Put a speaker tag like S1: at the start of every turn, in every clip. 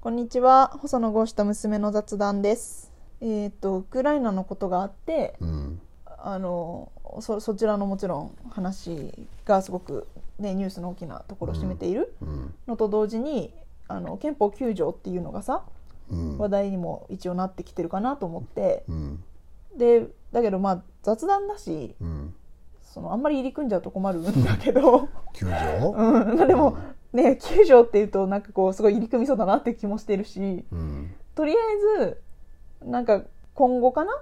S1: こんにちは細野豪志と娘の雑談ですえっ、とウクライナのことがあって
S2: うん
S1: あのそそちらのもちろん話がすごく、ね、ニュースの大きなところを占めている
S2: うん
S1: のと同時に、あの憲法9条っていうのがさ
S2: うん
S1: 話題にも一応なってきてるかなと思って
S2: うん
S1: でだけどまあ雑談だし
S2: うん
S1: そのあんまり入り組んじゃうと困るんだけ ど、
S2: 球場
S1: うん、まあでもね9条っていうとなんかこうすごい入り組みそうだなって気もしてるし
S2: うん
S1: とりあえずなんか今後かな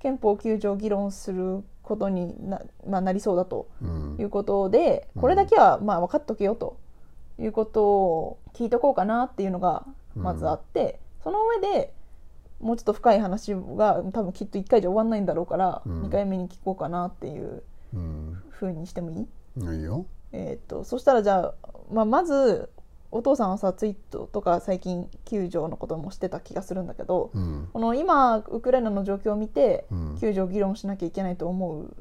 S1: 憲法9条を議論することにな,、まあ、なりそうだと
S2: うん
S1: いうことでこれだけはまあ分かっとけよということを聞いとこうかなっていうのがまずあって、その上でもうちょっと深い話が多分きっと1回じゃ終わんないんだろうから、
S2: うん
S1: 2回目に聞こうかなっていう
S2: うん
S1: ふうにしてもいい
S2: いいよ
S1: えーっとそしたらじゃあ、まあ、まずお父さんはさツイートとか最近9条のこともしてた気がするんだけど、
S2: うん
S1: この今ウクライナの状況を見て
S2: うん
S1: 9条を議論しなきゃいけないと思う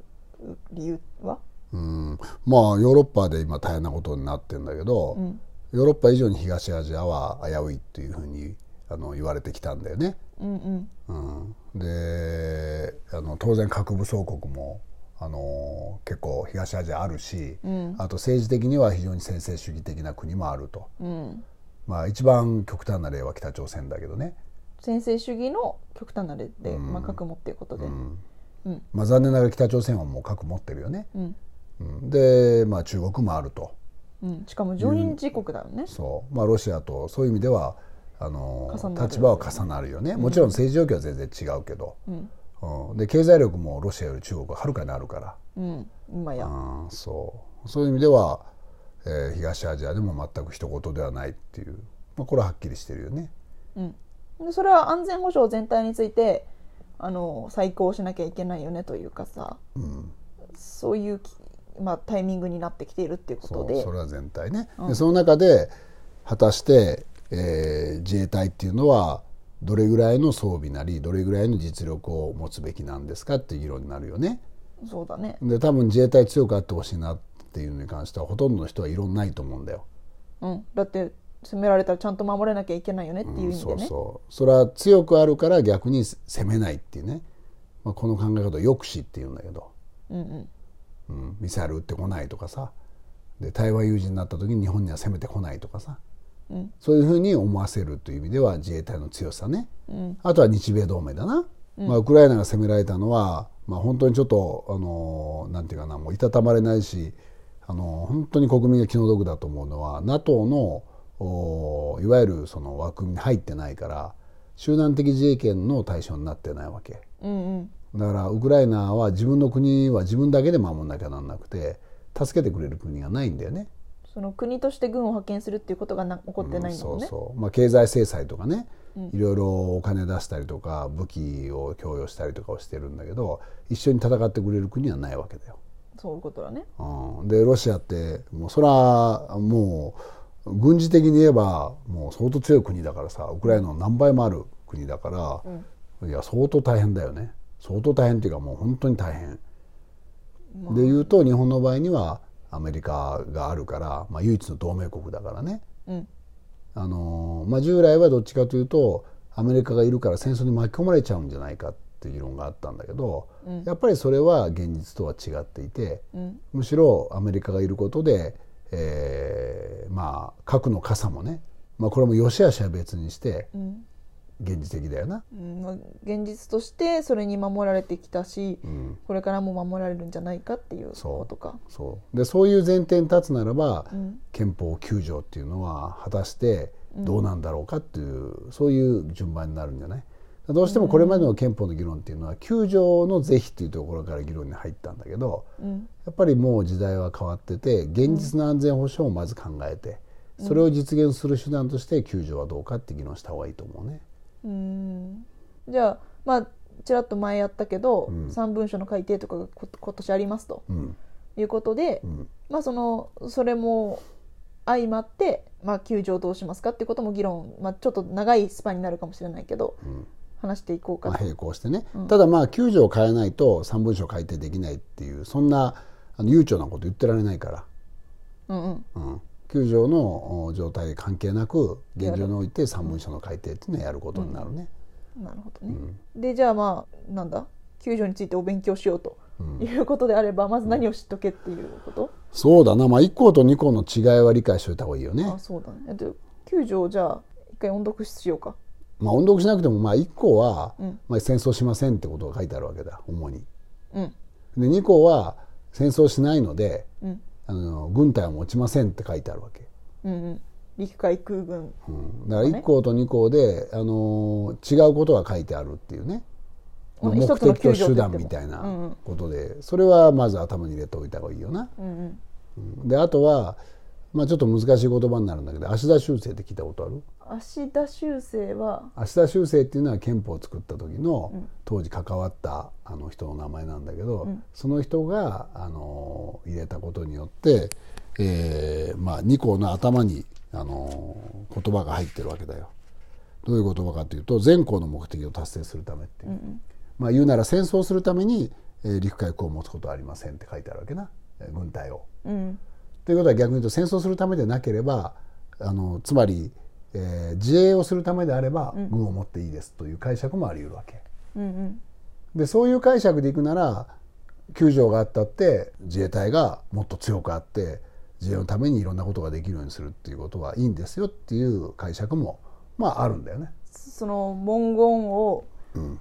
S1: 理由は、
S2: うんまあヨーロッパで今大変なことになってるんだけど、
S1: うん
S2: ヨーロッパ以上に東アジアは危ういっていうふうにあの言われてきたんだよね。
S1: うんうん
S2: うん、であの当然核武装国もあの結構東アジアあるし、
S1: うん
S2: あと政治的には非常に専制主義的な国もあると、
S1: うん
S2: まあ、一番極端な例は北朝鮮だけどね、
S1: 専制主義の極端な例で、
S2: うん
S1: まあ、核もっていうことで、
S2: う
S1: うん
S2: ん
S1: うん
S2: まあ、残念ながら北朝鮮はもう核持ってるよね、
S1: うん
S2: うん、で、まあ、中国もあると
S1: しかも常任自国だよね、
S2: そう、まあ、ロシアとそういう意味ではあの
S1: 重なる
S2: 立場は重なるよねもちろん政治状況は全然違うけど、
S1: うん
S2: うん、で経済力もロシアより中国ははるかにあるから。
S1: うん、今や、
S2: あーそうそういう意味では、えー東アジアでも全く一言ではないっていう、まあ、これははっきりしてるよね。
S1: うん、でそれは安全保障全体についてあの再考しなきゃいけないよねというかさ
S2: うん、
S1: そういうき、まあ、タイミングになってきているっていうこ
S2: そ
S1: と
S2: う
S1: で
S2: それは全体ね。
S1: うん
S2: でその中で果たして、えー自衛隊っていうのはどれぐらいの装備なりどれぐらいの実力を持つべきなんですかっていう議論になるよね。
S1: そうだね
S2: で多分自衛隊強くあってほしいなっていうのに関してはほとんどの人は異論ないと思うんだよ。
S1: うん、だって攻められたらちゃんと守れなきゃいけないよねっていう意味で
S2: うん、そう
S1: ね。
S2: そうそれは強くあるから逆に攻めないっていうね、まあ、この考え方を抑止っていうんだけど、
S1: うんうん
S2: うん、ミサイル撃ってこないとかさで台湾有事になった時に日本には攻めてこないとかさ
S1: うん
S2: そういうふうに思わせるという意味では自衛隊の強さね
S1: うん
S2: あとは日米同盟だな、まあ、ウクライナが攻められたのは、まあ、本当にちょっと、あのーなんていうかなもういたたまれないし、あのー本当に国民が気の毒だと思うのは NATO のおーいわゆるその枠組みに入ってないから集団的自衛権の対象になってないわけ
S1: うんうん
S2: だからウクライナは自分の国は自分だけで守んなきゃなんなくて助けてくれる国がないんだよね。
S1: その国として軍を派遣するっていうことがな起こってないんだもんね。
S2: そうそうまあ、経済制裁とかね、いろいろお金出したりとか武器を供与したりとかをしてるんだけど一緒に戦ってくれる国はないわけだよ。
S1: そういうことだね。
S2: うん、でロシアってもうそれはもう軍事的に言えばもう相当強い国だからさウクライナの何倍もある国だから、いや相当大変だよね相当大変っていうかもう本当に大変。で言うと日本の場合にはアメリカがあるから、まあ、唯一の同盟国だからね。
S1: うん
S2: あのまあ、従来はどっちかというとアメリカがいるから戦争に巻き込まれちゃうんじゃないかっていう議論があったんだけど、
S1: うん
S2: やっぱりそれは現実とは違っていて
S1: うん
S2: むしろアメリカがいることで、えーまあ、核の傘もね、まあ、これも良し悪しは別にして
S1: うん
S2: 現実的だよな。
S1: うんまあ現実としてそれに守られてきたし、
S2: うん
S1: これからも守られるんじゃないかっていう
S2: そう
S1: ことか。
S2: そうでそういう前提に立つならば、
S1: ん
S2: 憲法9条っていうのは果たしてどうなんだろうかっていう、そういう順番になるんじゃないどうしてもこれまでの憲法の議論っていうのは9条の是非っていうところから議論に入ったんだけど
S1: うん
S2: やっぱりもう時代は変わってて現実の安全保障をまず考えてそれを実現する手段として9条はどうかって議論した方がいいと思うね。
S1: うんじゃあまあちらっと前やったけど、三文書の改定とかがこ今年ありますと
S2: うん
S1: いうことで、
S2: うん
S1: まあそのそれも相まって、まあ、球場どうしますかってことも議論、まあ、ちょっと長いスパンになるかもしれないけど、
S2: ん
S1: 話していこうか
S2: まあ、
S1: な。
S2: 並行してね、ただまあ9条を変えないと3文書改定できないっていうそんなあの悠長なこと言ってられないか
S1: う
S2: ら、
S1: んうん
S2: うん、 9条のお状態関係なく現状において3文書の改定っていうのをやることになるね。
S1: なるほどね、でじゃあまあなんだ救助についてお勉強しようということであれば、まず何を知っとけっていうこと、
S2: そうだな、まあ、1項と2項の違いは理解しておいた方がいいよね
S1: あ。そうだねえっと救助をじゃあ一回音読しようか
S2: まあ、音読しなくても、まあ、1項は、
S1: うん
S2: まあ、戦争しませんってことが書いてあるわけだ主に。
S1: うん
S2: で2項は戦争しないので
S1: うん
S2: あの軍隊を持ちませんって書いてあるわけ。
S1: うんうん陸海空軍
S2: うんだから1項と2項で、あのー違うことが書いてあるっていうね
S1: うん
S2: 目
S1: 一つの
S2: 的と
S1: 救助
S2: 手
S1: って言
S2: 段
S1: っても
S2: みた
S1: う
S2: い
S1: んう
S2: なんことでそれはまず頭に入れておいた方がいいよな。
S1: うんうん
S2: うんであとは、まあ、ちょっと難しい言葉になるんだけど芦田修正って聞いたことある
S1: 芦田修正は
S2: 芦田修正っていうのは憲法を作った時の当時関わったあの人の名前なんだけど、その人があの入れたことによって、えーまあ、2項の頭にあの言葉が入ってるわけだよ。どういう言葉かというと全項の目的を達成するためっていう、まあ、言うなら戦争するために、えー陸海空を持つことはありませんって書いてあるわけな、えー軍隊を。
S1: うん
S2: ということは逆に言うと戦争するためでなければあのつまり、えー自衛をするためであれば軍を持っていいですという解釈もあり得るわけ、
S1: うんうん
S2: でそういう解釈でいくなら9条があったって自衛隊がもっと強くあって自衛のためにいろんなことができるようにするっていうことはいいんですよっていう解釈もまああるんだよね。
S1: その文言を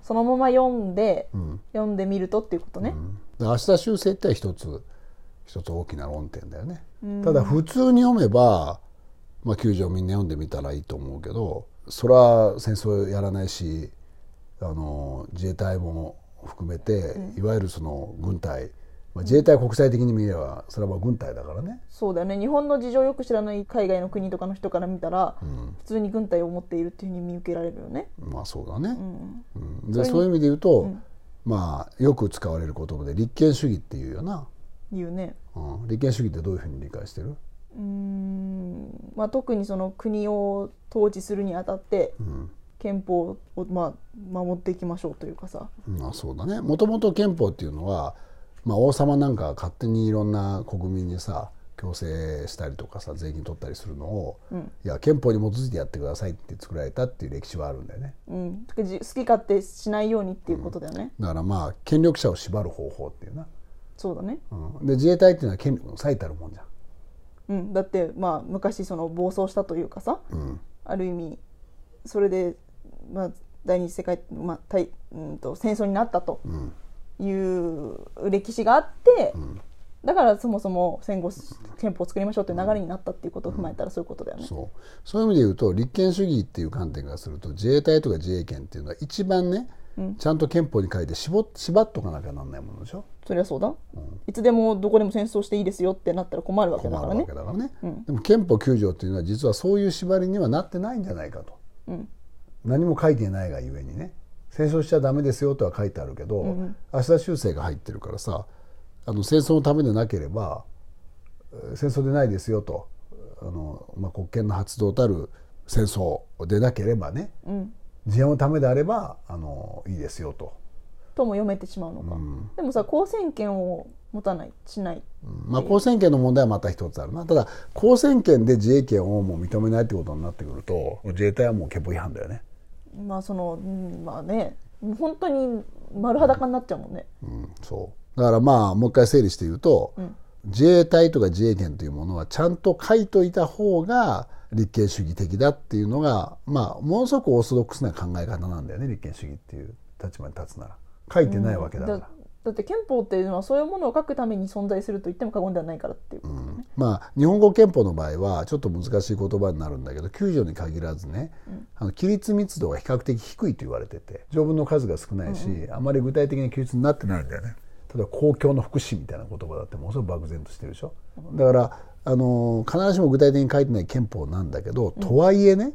S1: そのまま読んで、
S2: ん
S1: 読んでみるとっていうことね、
S2: で明日修正って一つ一つ大きな論点だよね、ただ普通に読めば、まあ、9条みんな読んでみたらいいと思うけどそれは戦争やらないしあの自衛隊も含めて、いわゆるその軍隊、まあ、自衛隊国際的に見ればそれはまあ軍隊だからね、
S1: そうだよね日本の事情をよく知らない海外の国とかの人から見たら、普通に軍隊を持っているっていうふうに見受けられるよね
S2: まあそうだね、うんでそういう意味で言うと、まあよく使われる言葉で立憲主義っていうよな、
S1: 言うね
S2: うん、立憲主義ってどういうふうに理解してる
S1: うーん、まあ、特にその国を統治するにあたって、憲法を、まあ、守っていきましょうというかさ、
S2: まあそうだねもともと憲法っていうのは、まあ、王様なんかが勝手にいろんな国民にさ強制したりとかさ税金取ったりするのを、いや憲法に基づいてやってくださいって作られたっていう歴史はあるんだよね
S1: うん、てかじ好き勝手しないようにっていうことだよね、
S2: だからまあ権力者を縛る方法っていうな、
S1: そうだね、
S2: うん、で自衛隊っていうのは権力の最たるもんじゃん
S1: うん、だって、まあ、昔その暴走したというかさ、
S2: ん
S1: ある意味それで、まあ、第二次世界、まあ、対うんと戦争になったという歴史があって、だからそもそも戦後憲法を作りましょうという流れになったっていうことを踏まえたらそういうことだよね。
S2: そうそういう意味で言うと立憲主義っていう観点からすると自衛隊とか自衛権っていうのは一番ね、ちゃんと憲法に書いて絞っ縛っとかなきゃなんないものでしょ
S1: そりゃそうだ、いつでもどこでも戦争していいですよってなったら困るわけだ
S2: 困
S1: か
S2: る
S1: ら
S2: わ
S1: ね
S2: けだからね、でも憲法9条っていうのは実はそういう縛りにはなってないんじゃないかと、何も書いてないがゆえにね戦争しちゃダメですよとは書いてあるけど、明日修正が入ってるからさあの戦争のためでなければえー戦争でないですよとあの、まあ、国権の発動たる戦争でなければね、自衛のためであればあのいいですよと。
S1: とも読めてしまうのか、でもさ公選権を持たないしない、
S2: まあ、公選権の問題はまた一つあるなただ公選権で自衛権をもう認めないってことになってくるともう自衛隊はもう憲法違反だよね、
S1: まあその、うんまあね本当に丸裸になっちゃうもんね、
S2: うん、そうだからまあもう一回整理して言うと、自衛隊とか自衛権というものはちゃんと書いといた方が立憲主義的だっていうのがまあものすごくオーソドックスな考え方なんだよね立憲主義っていう立場に立つなら書いてないわけだから、
S1: だだって憲法っていうのはそういうものを書くために存在すると言っても過言ではないからっていうことだね、
S2: まあ、日本語憲法の場合はちょっと難しい言葉になるんだけど9条に限らずね、あの規律密度が比較的低いと言われてて条文の数が少ないし、あまり具体的な規律になってないんだよね。例えば公共の福祉みたいな言葉だってものすごく漠然としてるでしょ。だからあの必ずしも具体的に書いてない憲法なんだけど、とはいえね、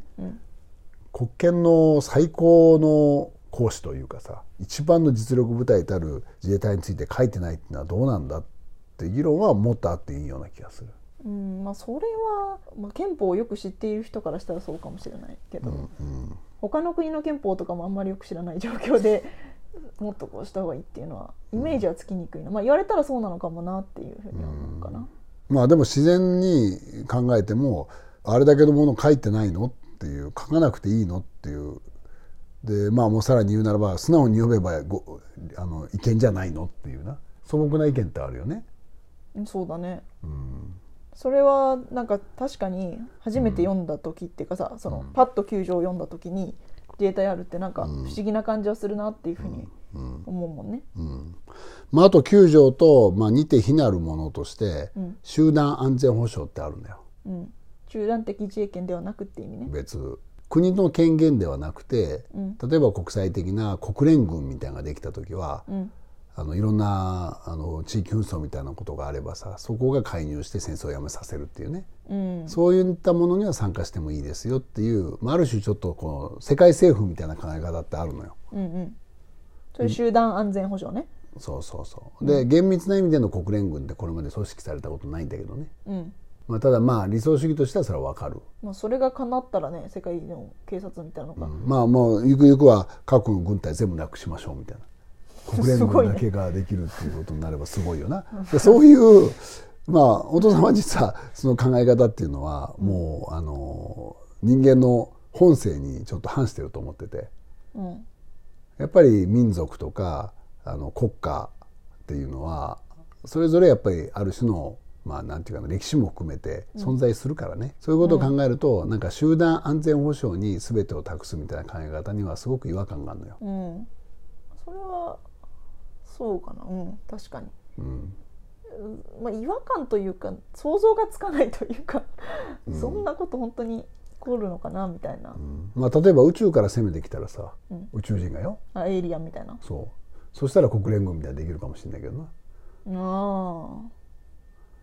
S2: 国権の最高の行使というかさ一番の実力部隊たる自衛隊について書いてないっていうのはどうなんだって議論はもっとあっていいような気がする。
S1: うんまあ、それは、まあ、憲法をよく知っている人からしたらそうかもしれないけど、他の国の憲法とかもあんまりよく知らない状況 でもっとこうした方がいいっていうのはイメージはつきにくいな、まあ、言われたらそうなのかもなっていうふうには思うかな。
S2: まあでも自然に考えてもあれだけのもの書いてないのっていう書かなくていいのっていうでまあもうさらに言うならば素直に読めばごあの意見じゃないのっていうな素朴な意見ってあるよね。
S1: うんそうだね、それはなんか確かに初めて読んだ時っていうかさ、そのパッと球場を読んだ時に自衛隊あるってなんか不思議な感じはするなっていうふうに思うもんね、
S2: まあ、あと9条と、まあ、似て非なるものとして、集団安全保障ってあるんだよ
S1: うん中断的自衛権ではなくって意味ね
S2: 別国の権限ではなくて、例えば国際的な国連軍みたいなのができた時は、あのいろんなあの地域紛争みたいなことがあればさそこが介入して戦争をやめさせるっていうね、そういったものには参加してもいいですよっていう、まあ、ある種ちょっとこの世界政府みたいな考え方ってあるのよ。
S1: そういう集団安全保障ね、
S2: そうそうそうで厳密な意味での国連軍ってこれまで組織されたことないんだけどね、まあ、ただまあ理想主義としてはそれは分かる、
S1: まあ、それが叶ったらね世界の警察みたいなのが、
S2: まあもうゆくゆくは核の軍隊全部なくしましょうみたいな国連軍だけができるっていうことになればすごいよなでそういうまあお父さんは実はその考え方っていうのはもうあの人間の本性にちょっと反してると思ってて、やっぱり民族とかあの国家っていうのはそれぞれやっぱりある種のまあなんていうかな歴史も含めて存在するからね、そういうことを考えると、なんか集団安全保障に全てを託すみたいな考え方にはすごく違和感があるのよ。
S1: うん、それはそうかなうん確かに、うんまあ、違和感というか想像がつかないというか、そんなこと本当に起こるのかなみたいな、
S2: まあ、例えば宇宙から攻めてきたらさ、宇宙人がよ
S1: あエイリアンみたいなあ
S2: そうそしたら国連軍みたいなのできるかもしれないけどな、
S1: あ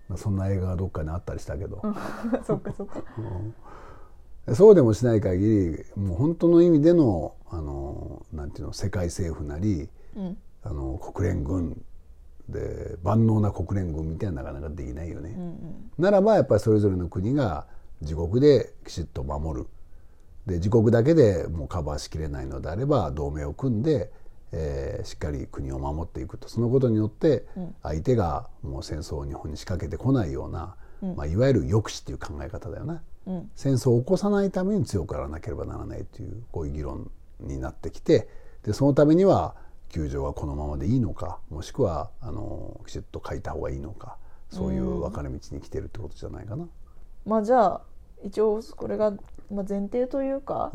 S2: まあ、そんな映画がどっかにあったりしたけど、
S1: そっかそっか
S2: そうでもしない限りもう本当の意味でのあのなんていうの世界政府なり、あの国連軍で万能な国連軍みたいなのはなかなかできないよね。ならばやっぱりそれぞれの国が自国できちっと守るで自国だけでもうカバーしきれないのであれば同盟を組んで、えーしっかり国を守っていくとそのことによって相手がもう戦争を日本に仕掛けてこないような、まあ、いわゆる抑止っていう考え方だよね、戦争を起こさないために強くあらなければならないというこういう議論になってきてでそのためには球場はこのままでいいのかもしくはあのきちっと書いた方がいいのかそういう分かれ道に来てるってことじゃないかな。
S1: まあじゃあ一応これがまあ前提というか、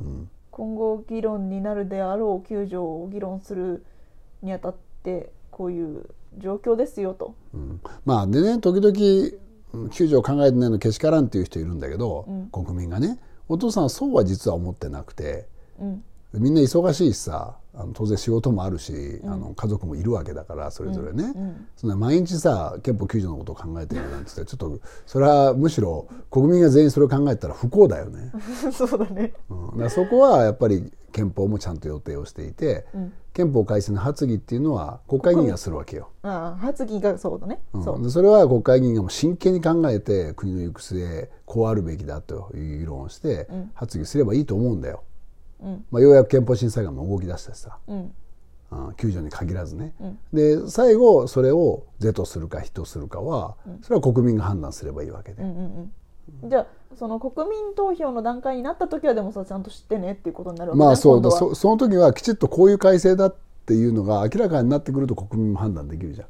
S1: 今後議論になるであろう救助を議論するにあたってこういう状況ですよと、
S2: うんまあでね時々うん救助を考えてないのけしからんっていう人いるんだけど、国民がねお父さんはそうは実は思ってなくて、みんな忙しいしさあの当然仕事もあるし、あの家族もいるわけだからそれぞれね、そんな毎日さ憲法救助のことを考えてるなんて言ってちょっとそれはむしろ国民が全員それを考えたら不幸だよね。
S1: そうだね
S2: うん、だからそこはやっぱり憲法もちゃんと予定をしていて、憲法改正の発議っていうのは国会議員がするわけよ。
S1: ああ発議がそうだね、
S2: うん
S1: そう
S2: でそれは国会議員がもう真剣に考えて国の行く末こうあるべきだという議論をして発議すればいいと思うんだよ、まあ、ようやく憲法審査会も動き出したしさ、うん、救助に限らずね、で最後それを是とするか非とするかはそれは国民が判断すればいいわけで、
S1: じゃあその国民投票の段階になった時はでもさちゃんと知ってねっていうことになるわけね
S2: まあそう
S1: 今度
S2: だ
S1: は
S2: そその時はきちっとこういう改正だっていうのが明らかになってくると国民も判断できるじゃ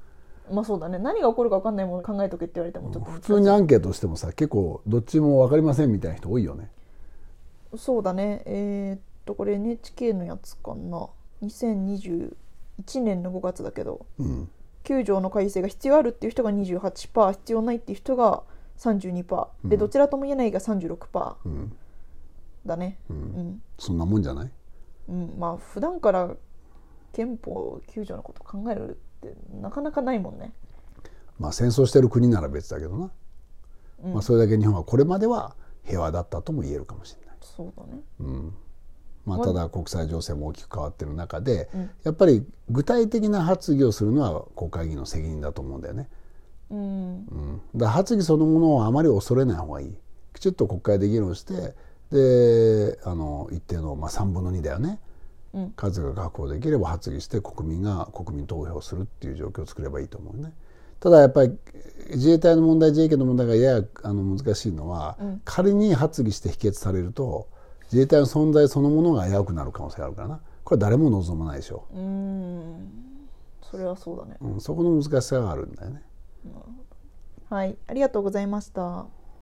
S2: ん
S1: まあそうだね何が起こるか分かんないもの考えとけって言われてもちょっと
S2: 普通にアンケートしてもさ結構どっちも分かりませんみたいな人多いよね
S1: そうだねえーっとこれ NHK のやつかな2021年の5月だけど、9条の改正が必要あるっていう人が28%必要ないっていう人が32%、でどちらとも言えないが36%、だねうん、
S2: そんなもんじゃない
S1: うんまあ普段から憲法9条のこと考えるってなかなかないもんね
S2: まあ、戦争してる国なら別だけどな、まあ、それだけ日本はこれまでは平和だったとも言えるかもしれない、
S1: そうだね
S2: まあ、ただ国際情勢も大きく変わってる中で、やっぱり具体的な発議をするのは国会議員の責任だと思うんだよね、うんだから発議そのものをあまり恐れない方がいいきちっと国会で議論してであの一定の、まあ、3分の2だよね、数が確保できれば発議して国民が国民投票するっていう状況を作ればいいと思うねただやっぱり自衛隊の問題自衛権の問題がややあの難しいのは、
S1: うん
S2: 仮に発議して否決されると自衛隊の存在そのものが危うくなる可能性があるからなこれ誰も望まないでしょ
S1: うーんそれはそうだね
S2: う、うん、そこの難しさがあるんだよね。
S1: はいありがとうございました